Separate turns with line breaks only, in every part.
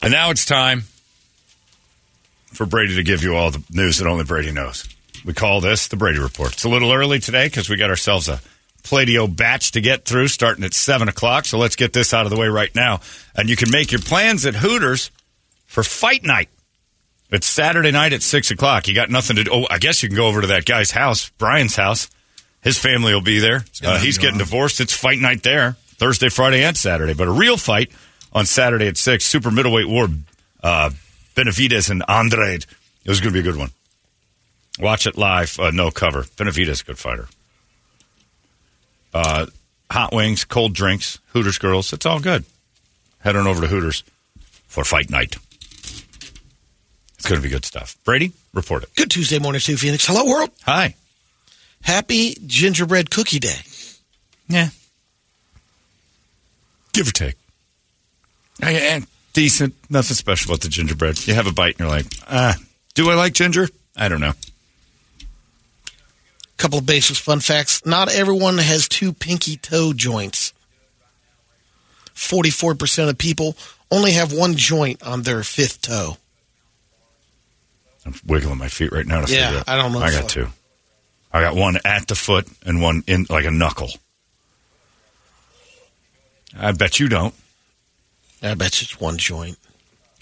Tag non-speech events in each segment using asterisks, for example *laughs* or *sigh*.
And now it's time for Brady to give you all the news that only Brady knows. We call this the Brady Report. It's a little early today because we got ourselves a Pladio batch to get through starting at 7 o'clock. So let's get this out of the way right now. And you can make your plans at Hooters for fight night. It's Saturday night at 6 o'clock. You got nothing to do. Oh, I guess you can go over to that guy's house, Brian's house. His family will be there.
gonna
Uh,
be
he's
going
getting
on.
divorced divorced. It's fight night there Thursday, Friday, and Saturday. But a real fight on Saturday at six. Super middleweight war. Uh, Benavides and Andrade. It was going to be a good one. Watch it live. Uh, no cover. Benavides, good fighter. Uh, hot wings, cold drinks, Hooters girls. It's all good. Head on over to Hooters for fight night. It's going to be good stuff. Brady, report it.
Good Tuesday morning to you, Phoenix. Hello, world.
Hi.
Happy Gingerbread Cookie Day.
Yeah. Give or take. I- I- Decent. Nothing special about the gingerbread. You have a bite and you're like, ah, do I like ginger? I don't know.
Couple of basis fun facts. Not everyone has two pinky toe joints. 44% of people only have one joint on their fifth toe.
I'm wiggling my feet right now to
Yeah,
figure out.
I don't know.
I got two. I got one at the foot and one in like a knuckle. I bet you don't.
I bet you it's one joint.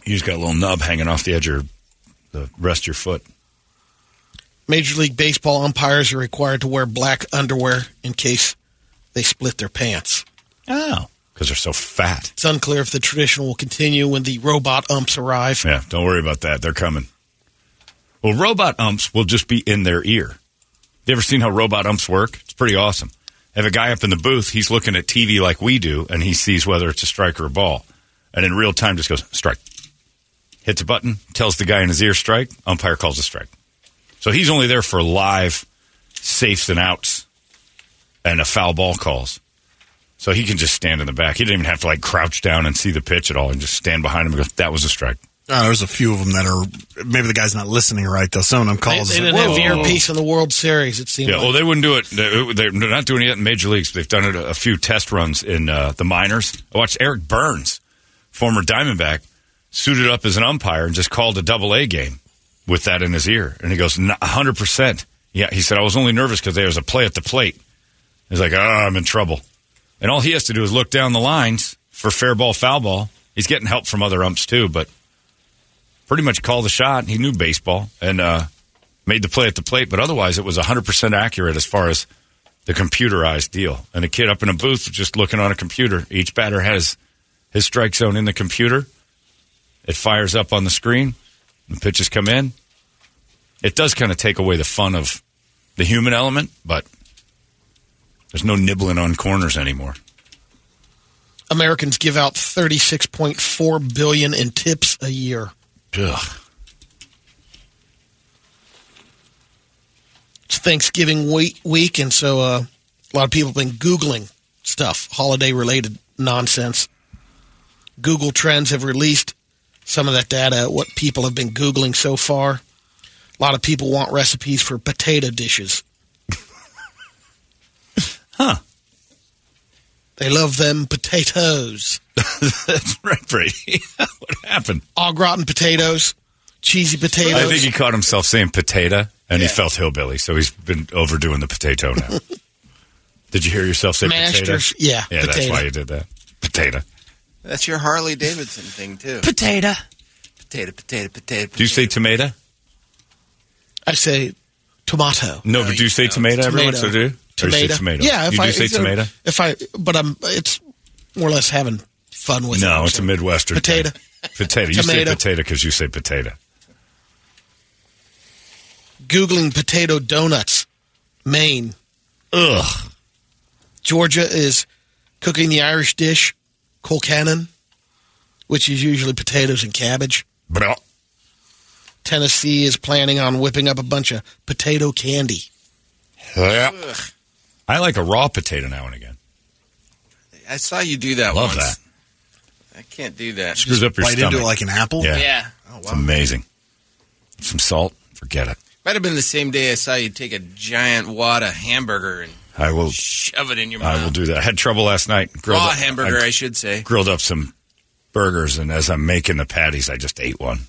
You just got a little nub hanging off the edge of your, the rest of your foot.
Major League Baseball umpires are required to wear black underwear in case they split their pants.
Oh. Because they're so fat.
It's unclear if the tradition will continue when the robot umps arrive.
Yeah, don't worry about that. They're coming. Well, robot umps will just be in their ear. You ever seen how robot umps work? It's pretty awesome. I have a guy up in the booth. He's looking at TV like we do, and he sees whether it's a strike or a ball, and in real time just goes strike. Hits a button, tells the guy in his ear strike. Umpire calls a strike. So he's only there for live safes and outs and a foul ball calls. So he can just stand in the back. He didn't even have to like crouch down and see the pitch at all, and just stand behind him and go, "That was a strike."
Oh, there's a few of them that are maybe the guy's not listening right though. Some of them
They,
calls.
they didn't have earpiece in the World Series, it seemed
Yeah,
like.
well, they wouldn't do it. They- They're not doing it yet in major leagues. They've done it a a few test runs in uh, the minors. I watched Eric Burns, former Diamondback, suited up as an umpire and just called a double A game with that in his ear. And he goes, "N- 100%. Yeah, he said, I was only nervous because there was a play at the plate. He's like, oh, I'm in trouble. And all he has to do is look down the lines for fair ball, foul ball. He's getting help from other umps too, but pretty much called the shot. He knew baseball and uh, made the play at the plate, but otherwise it was 100% accurate as far as the computerized deal. And a kid up in a booth just looking on a computer. Each batter has his strike zone in the computer. It fires up on the screen. The pitches come in. It does kind of take away the fun of the human element, but there's no nibbling on corners anymore.
Americans give out 36.4 billion in tips a year.
Ugh.
It's Thanksgiving week, week and so uh, a lot of people have been Googling stuff, holiday related nonsense. Google Trends have released some of that data, what people have been Googling so far. A lot of people want recipes for potato dishes.
*laughs* Huh.
They love them potatoes.
*laughs* That's right, Brady. *laughs* what happened?
Au gratin potatoes, cheesy potatoes.
I think he caught himself saying potato, and he
Yeah.
felt hillbilly, so he's been overdoing the potato now. did you hear yourself say
Mashed
potato?
or- yeah,
yeah, that's
potato.
why you did that. Potato.
That's your Harley Davidson thing too.
Potato.
Potato, potato, potato.
Do you say
potato.
tomato?
I say tomato.
No, but do you say tomato, every once in a while? Or you say tomato?
Yeah, if
you
I
do say
if I-
tomato.
If I, but I'm, it's more or less having fun with it.
No, it's a midwestern
Potato.
thing. Potato. You say
Tomato.
potato because you say potato.
Googling potato donuts, Maine.
Ugh.
Georgia is cooking the Irish dish, colcannon, which is usually potatoes and cabbage.
Blah.
Tennessee is planning on whipping up a bunch of potato candy.
Yeah. I like a raw potato now and again.
I saw you do that
Love
once.
that.
I can't do that.
Screws up your
Bite
stomach.
into it like an apple.
yeah.
Yeah. Oh,
It's amazing. Some salt. Forget it.
Might have been the same day I saw you take a giant wad of hamburger and
I will.
shove it in your mouth.
I will do that. I had trouble last night. Grilled
Raw
up-
hamburger, I,
I
should say.
grilled up some burgers, and as I'm making the patties, I just ate one.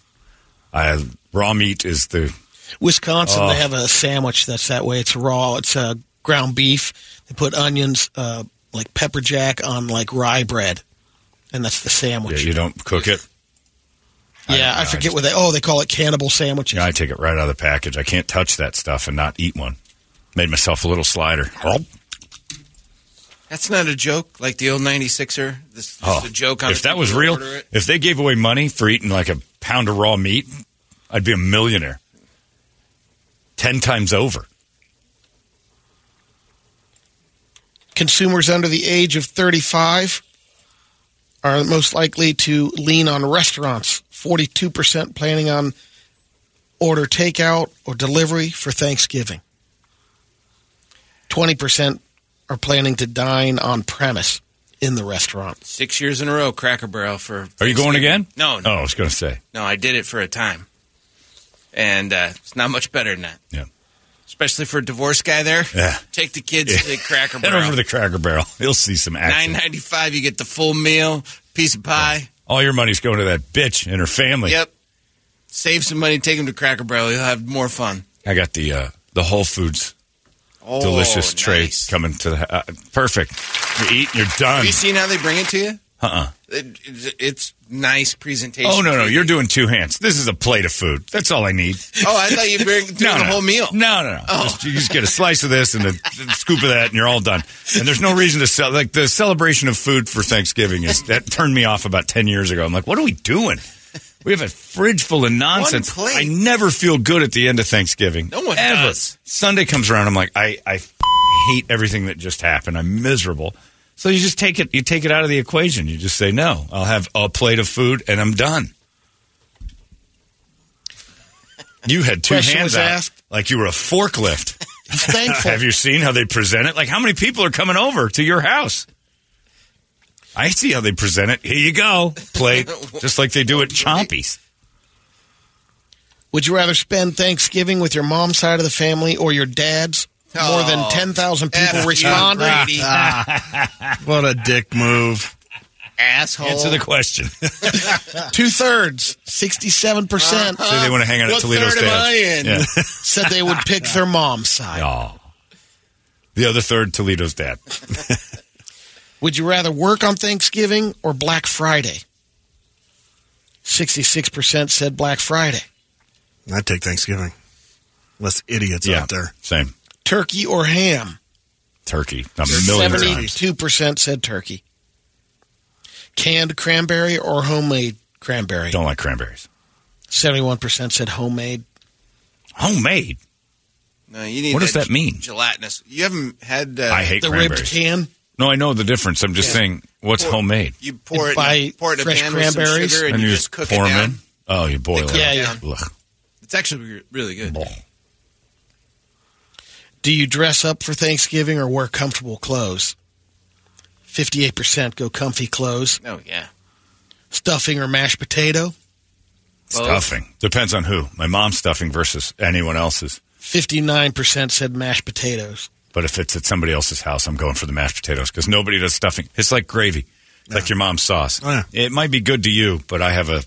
I raw meat is the
Wisconsin,
Oh.
they have a sandwich that's that way. It's raw. It's uh, ground beef. They put onions, uh, like pepper jack, on like rye bread, and that's the
yeah,
sandwich.
you don't cook it.
Yeah,
I don't
I,
know, I
forget
just-
what they. Oh, they call it cannibal sandwiches.
Yeah, I take it right out of the package. I can't touch that stuff and not eat one. Made myself a little slider.
That's not a joke, like the old 96er. This is
Oh,
a joke on
if
a-
that was
you
real,
order it.
if they gave away money for eating like a pound of raw meat, I'd be a millionaire. Ten times over.
Consumers under the age of 35 are most likely to lean on restaurants. 42% planning on order takeout or delivery for Thanksgiving. 20% are planning to dine on premise in the restaurant.
*laughs* Six years in a row, Cracker Barrel for.
Are you going again?
No,
Oh,
no,
I was going to say.
no. I did it for a time, and uh, it's not much better than that.
Yeah.
Especially for a divorced guy, there.
Yeah.
Take the kids to
*laughs*
the Cracker
Head over
Barrel.
to the Cracker Barrel. *laughs* You'll see some
Nine
action.
ninety five, you get the full meal, piece of pie.
All your money's going to that bitch and her family.
Yep. Save some money, take them to Cracker Barrel. You'll have more fun.
I got the uh, the Whole Foods
Oh,
delicious tray
nice.
coming to the uh, perfect. You eat, and you're done.
Have you seen how they bring it to you?
Uh-uh.
It- it's- it's nice presentation.
Oh no no, you're doing two hands. This is a plate of food. That's all I need.
Oh, I thought you
*laughs*
bring doing
no, no.
the whole meal. Oh.
No, no, no. Just- you just get a slice of this and
*laughs*
a scoop of that, and you're all done. And there's no reason to sell. Like the celebration of food for Thanksgiving is that turned me off about ten years ago. I'm like, what are we doing? We have a fridge full of nonsense.
plate.
I never feel good at the end of Thanksgiving.
No one
ever.
does.
Sunday comes around. I'm like, I, I f- hate everything that just happened. I'm miserable. So you just take it. You take it out of the equation. You just say, no, I'll have a plate of food and I'm done. You had two
Question
hands
was
out
asked.
like you were a forklift.
He's thankful.
Have you seen how they present it? Like how many people are coming over to your house? I see how they present it. Here you go,
*laughs*
plate, just like they do at Chompies.
Would you rather spend Thanksgiving with your mom's side of the family or your dad's? More than
Oh,
10,000 people
F you,
responded.
Brady.
What a dick move.
asshole.
Answer the question. *laughs* Say
Two thirds, 67%.
they want to hang out at
What
Toledo's
third am I
dad.
in?
Yeah.
said they would
*laughs*
pick their mom's side.
Aw. The other third, Toledo's dad.
Would you rather work on Thanksgiving or Black Friday? 66% said Black Friday.
I'd take Thanksgiving. Less idiots
yeah,
out there.
same.
Turkey or ham?
Turkey, a million times.
72% said turkey. Canned cranberry or homemade cranberry?
Don't like cranberries.
71% said homemade.
Homemade.
No, you need
What does that
ge-
mean?
Gelatinous. You haven't had. Uh,
I hate
The ribbed
cranberries.
can?
No, I know the difference. I'm just saying, what's homemade?
You pour it,
Buy
you pour it in a
fresh
pan with some
cranberries.
sugar, and, you, just, cook it
pour 'em
down.
in. Oh, you boil it.
cook
Yeah,
it
yeah.
down.
Ugh.
It's actually re- really good.
Do you dress up for Thanksgiving or wear comfortable clothes? 58% go comfy clothes.
Oh yeah.
Stuffing or mashed potato?
Stuffing depends on who. My mom's stuffing versus anyone else's.
59% said mashed potatoes.
But if it's at somebody else's house, I'm going for the mashed potatoes because nobody does stuffing. It's like gravy, It's like your mom's sauce.
Oh, yeah.
It might be good to you, but I have a,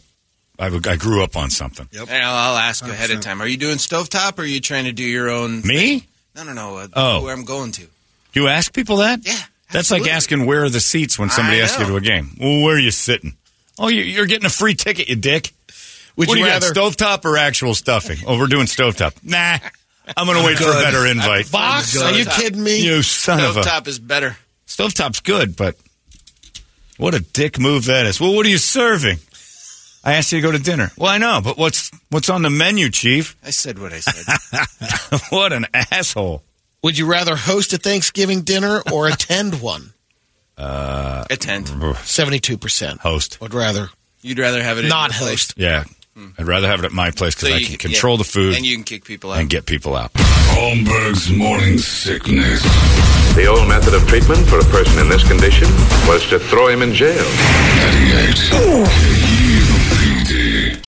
I, have a, I grew up on something.
Yep.
Hey, I'll I'll ask
Oh,
ahead of time. Are you doing stovetop or are you trying to do your own?
Me?
No, no, no. Uh,
Oh.
Where I'm going to.
You ask people that?
Yeah,
That's like
absolutely.
asking where are the seats when somebody
I
asks you
know.
to a game. Well, where are you sitting? Oh, you- you're getting a free ticket, you dick.
Would
what
you
do you
rather
got, stovetop or actual stuffing? Oh, we're doing stovetop. Nah, I'm going to wait for a better invite.
box? Are you kidding me?
You son of a.
Stovetop is better.
Stovetop's good, but what a dick move that is. Well, what are you serving? I asked you to go to dinner. Well, I know, but what's what's on the menu, Chief? *laughs*
I said what I said.
what an asshole.
Would you rather host a Thanksgiving dinner or attend one?
Attend.
72%
Host.
would rather
You'd rather have it at
not
your place.
host.
Yeah. I'd rather have it at my place because I
Hmm. you
can control the
yeah.
food
and you can kick people out.
and get people out.
Holmberg's morning sickness.
The old method of treatment for a person in this condition was to throw him in jail.
98 KUPD.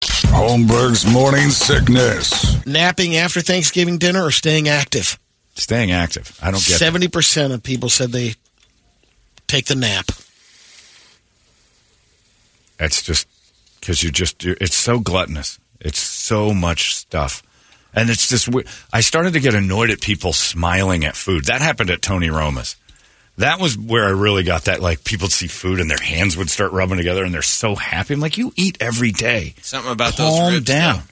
Holmberg's morning sickness.
Napping after Thanksgiving dinner or staying active?
Staying active. I don't get it.
70% of people said they take the nap.
That's just because you're just, you're, it's so gluttonous. It's so much stuff. And it's just, we- I started to get annoyed at people smiling at food. That happened at Tony Roma's. That was where I really got that. Like, people'd see food and their hands would start rubbing together and they're so happy. I'm like, you eat every day.
Something about those
Calm
ribs.
down.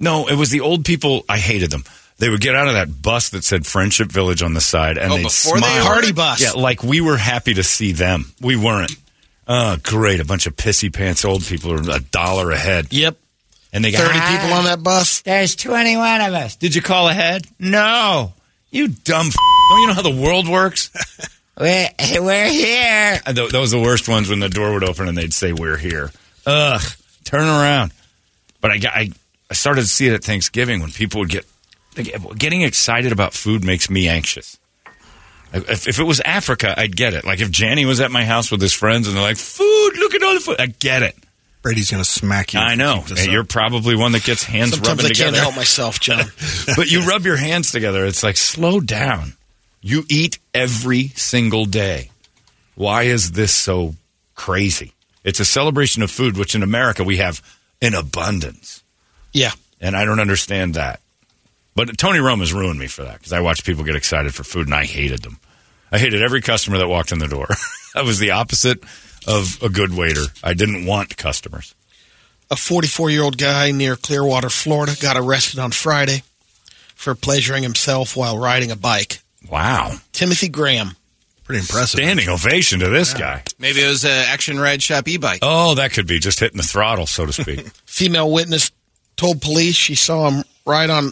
No, it was the old people. I hated them. They would get out of that bus that said Friendship Village on the side, and
Oh,
they'd
before they
smile.
Party bus.
Yeah, like we were happy to see them. We weren't. Oh, great! A bunch of pissy pants old people are a dollar ahead,
Yep.
and they got
30 people on that bus.
There's twenty one of us. Did you call ahead? No, you dumb. F- Don't you know how the world works? *laughs* we're, we're here. Those was the worst ones when the door would open and they'd say, "We're here." Ugh, turn around. But I got, I, I started to see it at Thanksgiving when people would get they get- getting excited about food makes me anxious. Like, If, if it was Africa, I'd get it. Like if Janny was at my house with his friends and they're like, "Food, look at all the food," I get it.
Brady's going to smack you. if
I
you
know.
keep this
And
up.
you're probably one that gets hands
Sometimes
rubbing
I
together
can't help myself,
*laughs*
John.
but you rub your hands together. It's like, slow down. You eat every single day. Why is this so crazy? It's a celebration of food, which in America we have in abundance.
yeah.
And I don't understand that. But Tony Roma's ruined me for that because I watched people get excited for food and I hated them. I hated every customer that walked in the door. *laughs* I was the opposite of a good waiter. I didn't want customers.
a 44 year old guy near Clearwater, Florida, got arrested on Friday for pleasuring himself while riding a bike.
Wow.
Timothy Graham.
pretty impressive.
Standing ovation to this guy.
Maybe it was an action ride shop e-bike.
Oh, that could be just hitting the throttle, so to speak.
Female witness told police she saw him ride on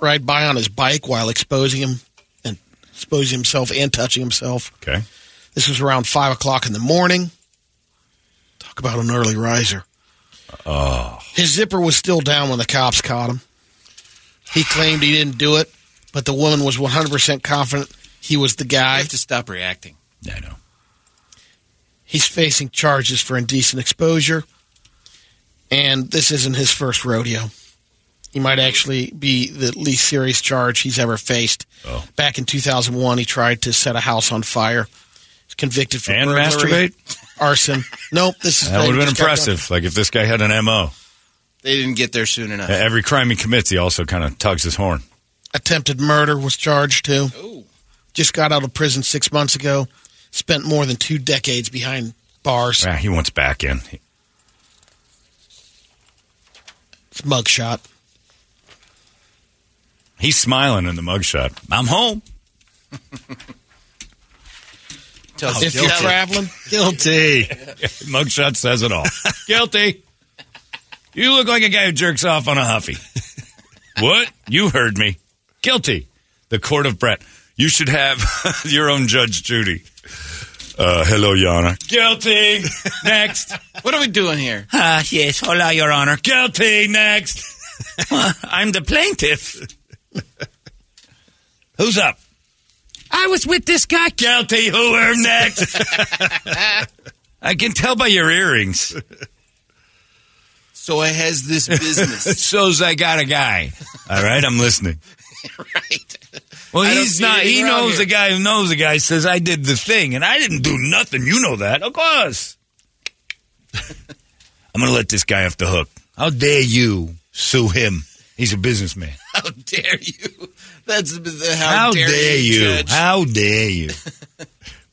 ride by on his bike while exposing him and exposing himself and touching himself.
okay.
This was around five o'clock in the morning. Talk about an early riser. Oh. His zipper was still down when the cops caught him. He claimed he didn't do it, but the woman was 100% confident he was the
I
guy.
have to stop reacting.
I know.
He's facing charges for indecent exposure, and this isn't his first rodeo. He might actually be the least serious charge he's ever faced.
Oh.
Back in 2001, he tried to set a house on fire. He's convicted for
And
burglary.
masturbate?
arson. Nope, this
*laughs*
is
That would have been
just got done.
impressive. Like if this guy had an MO.
They didn't get there soon enough.
Every crime he commits, he also kind of tugs his horn.
Attempted murder was charged too.
Ooh.
Just got out of prison six months ago. Spent more than two decades behind bars.
Ah, he wants back in. He-
It's mugshot.
He's smiling in the mugshot. I'm home.
Tell
Oh,
if you're
*laughs*
traveling,
Guilty. mugshot says it all. *laughs* Guilty. You look like a guy who jerks off on a huffy. what? You heard me. Guilty. The court of Brett. You should have *laughs* your own Judge Judy. Uh, hello, Yana. *laughs* Guilty. Next.
What are we doing here?
Ah, yes. Hola, Your Honor. Guilty. *laughs* Next. I'm the plaintiff. *laughs* Who's up? I was with this guy. Guilty. Who am *laughs* next? I can tell by your earrings.
So it has this
*laughs*
business,
Shows I got a guy. All right, I'm listening.
right? *laughs*
Well,
I don't
he's
see
not.
anything
He
wrong
knows
here.
a guy who knows a guy says I did *laughs* the thing, and I didn't do nothing. You know that, of course. I'm going to let this guy off the hook. How dare you sue him? He's a businessman.
How dare you? That's the, how,
How, dare, you?
Judge.
How dare you?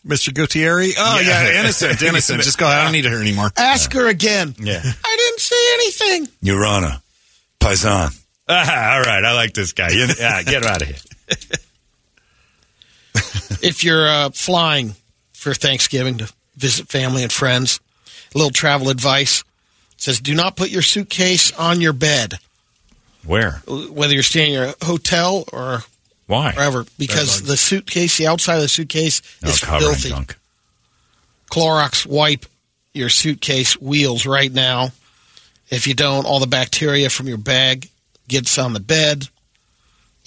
Mr. Gutierrez? Oh, yeah,
Yeah. *laughs*
innocent, innocent. Just go ahead. I don't need her anymore.
Ask her again.
Yeah.
I didn't say anything.
*laughs* Your Honor, Paisan. Ah, all right, I like this guy. You- yeah, get out of here.
if you're uh, flying for Thanksgiving to visit family and friends, a little travel advice It says do not put your suitcase on your bed,
Where?
whether you're staying in a hotel or
Why? Oh,
wherever, because the suitcase, the outside of the suitcase,
No,
is
cover and
filthy.
gunk.
Clorox wipe your suitcase wheels right now. If you don't, all the bacteria from your bag gets on the bed.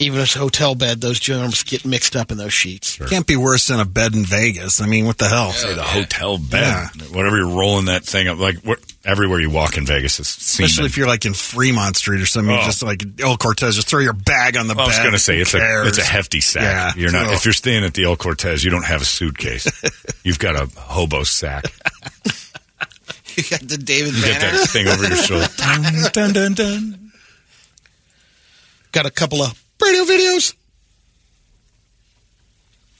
Even if it's a hotel bed, those germs get mixed up in those sheets.
Can't be worse than a bed in Vegas. I mean, what the hell?
Say the hotel bed, whatever you're rolling that thing up. Like what, everywhere you walk in Vegas is semen.
Especially if you're like in Fremont Street or something,
Oh.
just like El Cortez, just throw your bag on the
Well, I was
bed.
going to say
Who
it's a
cares?
it's a hefty sack.
Yeah.
You're not
Ugh.
if you're staying at the El Cortez, you don't have a suitcase. You've got a hobo sack.
You got the David
You get
Banner.
that thing over your shoulder.
*laughs*
Dun, dun, dun, dun.
got a couple of radio videos.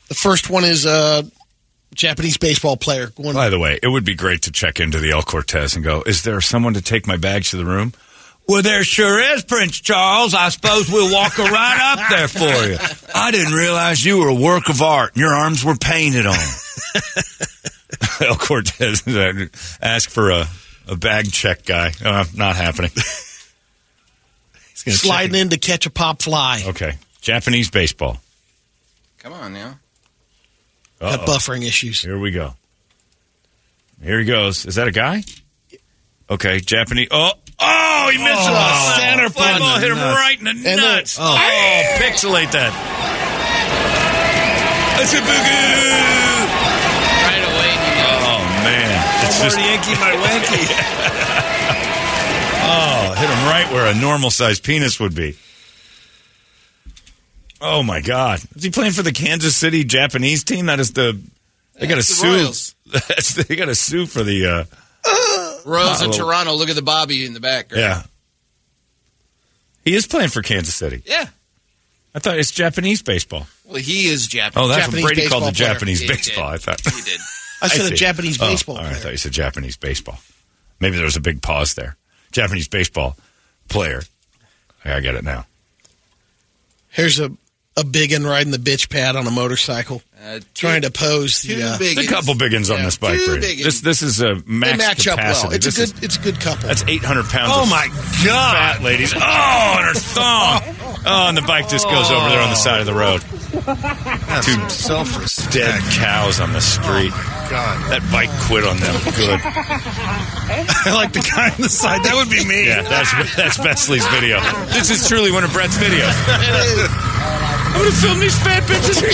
The first one is a Japanese baseball player going.
By the way, it would be great to check into the El Cortez and go, is there someone to take my bags to the room? Well, there sure is, Prince Charles. I suppose we'll walk her right up there for you. I didn't realize you were a work of art and your arms were painted on. *laughs* El Cortez, ask for a, a bag check guy. Uh, not happening.
He's gonna check
Sliding
it.
in to catch a pop fly,
Okay. Japanese baseball.
Come on now.
got buffering issues.
Here we go. Here he goes. Is that a guy? Okay, Japanese. Oh, oh, he missed
Oh,
the center fly
fly
ball.
in the
Hit him
nuts.
right in the
look.
nuts.
Oh.
oh. pixelate that. It's a boogaloo.
Right away.
Oh man, it's just
Yankee my wanky.
*laughs* oh, hit him right where a normal sized penis would be. Oh my God, is he playing for the Kansas City Japanese team? That is the *laughs* they got to
That's the
sue.
Royals.
That's, they got to sue for the. Uh,
Royals in
Oh.
Toronto. Look at the Bobby in the back. right?
Yeah. He is playing for Kansas City.
Yeah.
I thought it's Japanese baseball.
Well, he is Japanese.
Oh, that's
Japanese
what Brady called the
baseball player.
Japanese
He did.
baseball. I thought.
He did.
I said a
see.
Japanese
Oh,
baseball
all right, I thought
player.
you said Japanese baseball. Maybe there was a big pause there. Japanese baseball player. Okay, I get it now.
Here's a a big un riding the bitch pad on a motorcycle,
Uh, two-
trying to pose
two
the. Uh,
big.
There's a couple biggins on
Yeah,
this bike.
two
Brady.
biggins.
This this is a
they
max
match
capacity.
up well. It's
This
a
is-
good. It's a good couple.
that's 800 pounds.
Oh
of
my
fat
god!
ladies. Oh, and her thong. Oh, and the bike just goes over there on the side of the road.
That's self-respect. *laughs*
Dead cows on the street.
Oh
God,
That bike quit on them. Good.
I like the guy on the side. That would be me.
Yeah, that's that's Vesley's video. This is truly one of Brett's videos. I'm gonna film these fat *laughs* bitches.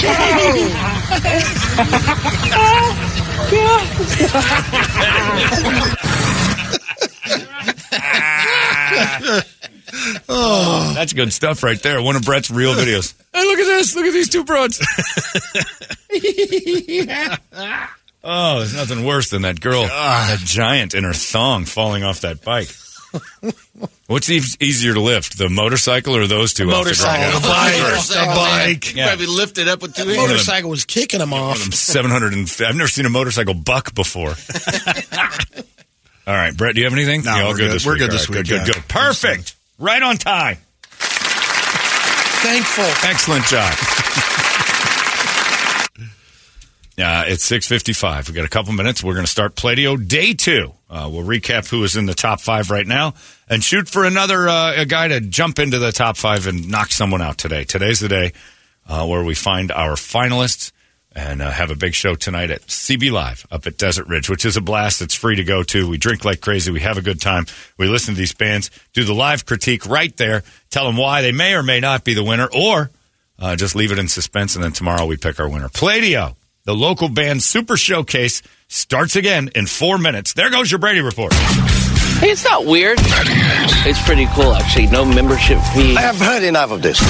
Oh, *laughs* That's good stuff right there. One of Brett's real videos. Hey, look at this. Look at these two broads. *laughs* oh, there's nothing worse than that girl, that giant in her thong falling off that bike. What's e- easier to lift, the motorcycle or those two? off the ground?
motorcycle.
A bike. A
Motorcycle.
bike.
Yeah. Probably lifted up with two
The
hands.
motorcycle was kicking him off.
Seven hundred and f- I've never seen a motorcycle buck before. *laughs* all right, Brett, do you have anything?
No,
Yeah, all
we're good.
this
We're
week.
good
All
this
right,
week,
Good, good,
yeah.
good. Perfect. Right on time.
Thankful.
Excellent job. Uh, it's 6.55. We've got a couple minutes. We're going to start Play-Doh Day 2. Uh, we'll recap who is in the top five right now and shoot for another uh, a guy to jump into the top five and knock someone out today. Today's the day uh, where we find our finalists and uh, have a big show tonight at CB Live up at Desert Ridge, which is a blast. It's free to go to. We drink like crazy. We have a good time. We listen to these bands, do the live critique right there, tell them why they may or may not be the winner, or uh, just leave it in suspense. And then tomorrow we pick our winner. Pladio, the local band super showcase, starts again in four minutes. There goes your Brady report.
Hey, it's not weird. It's pretty cool, actually. No membership fee.
I've heard enough of this.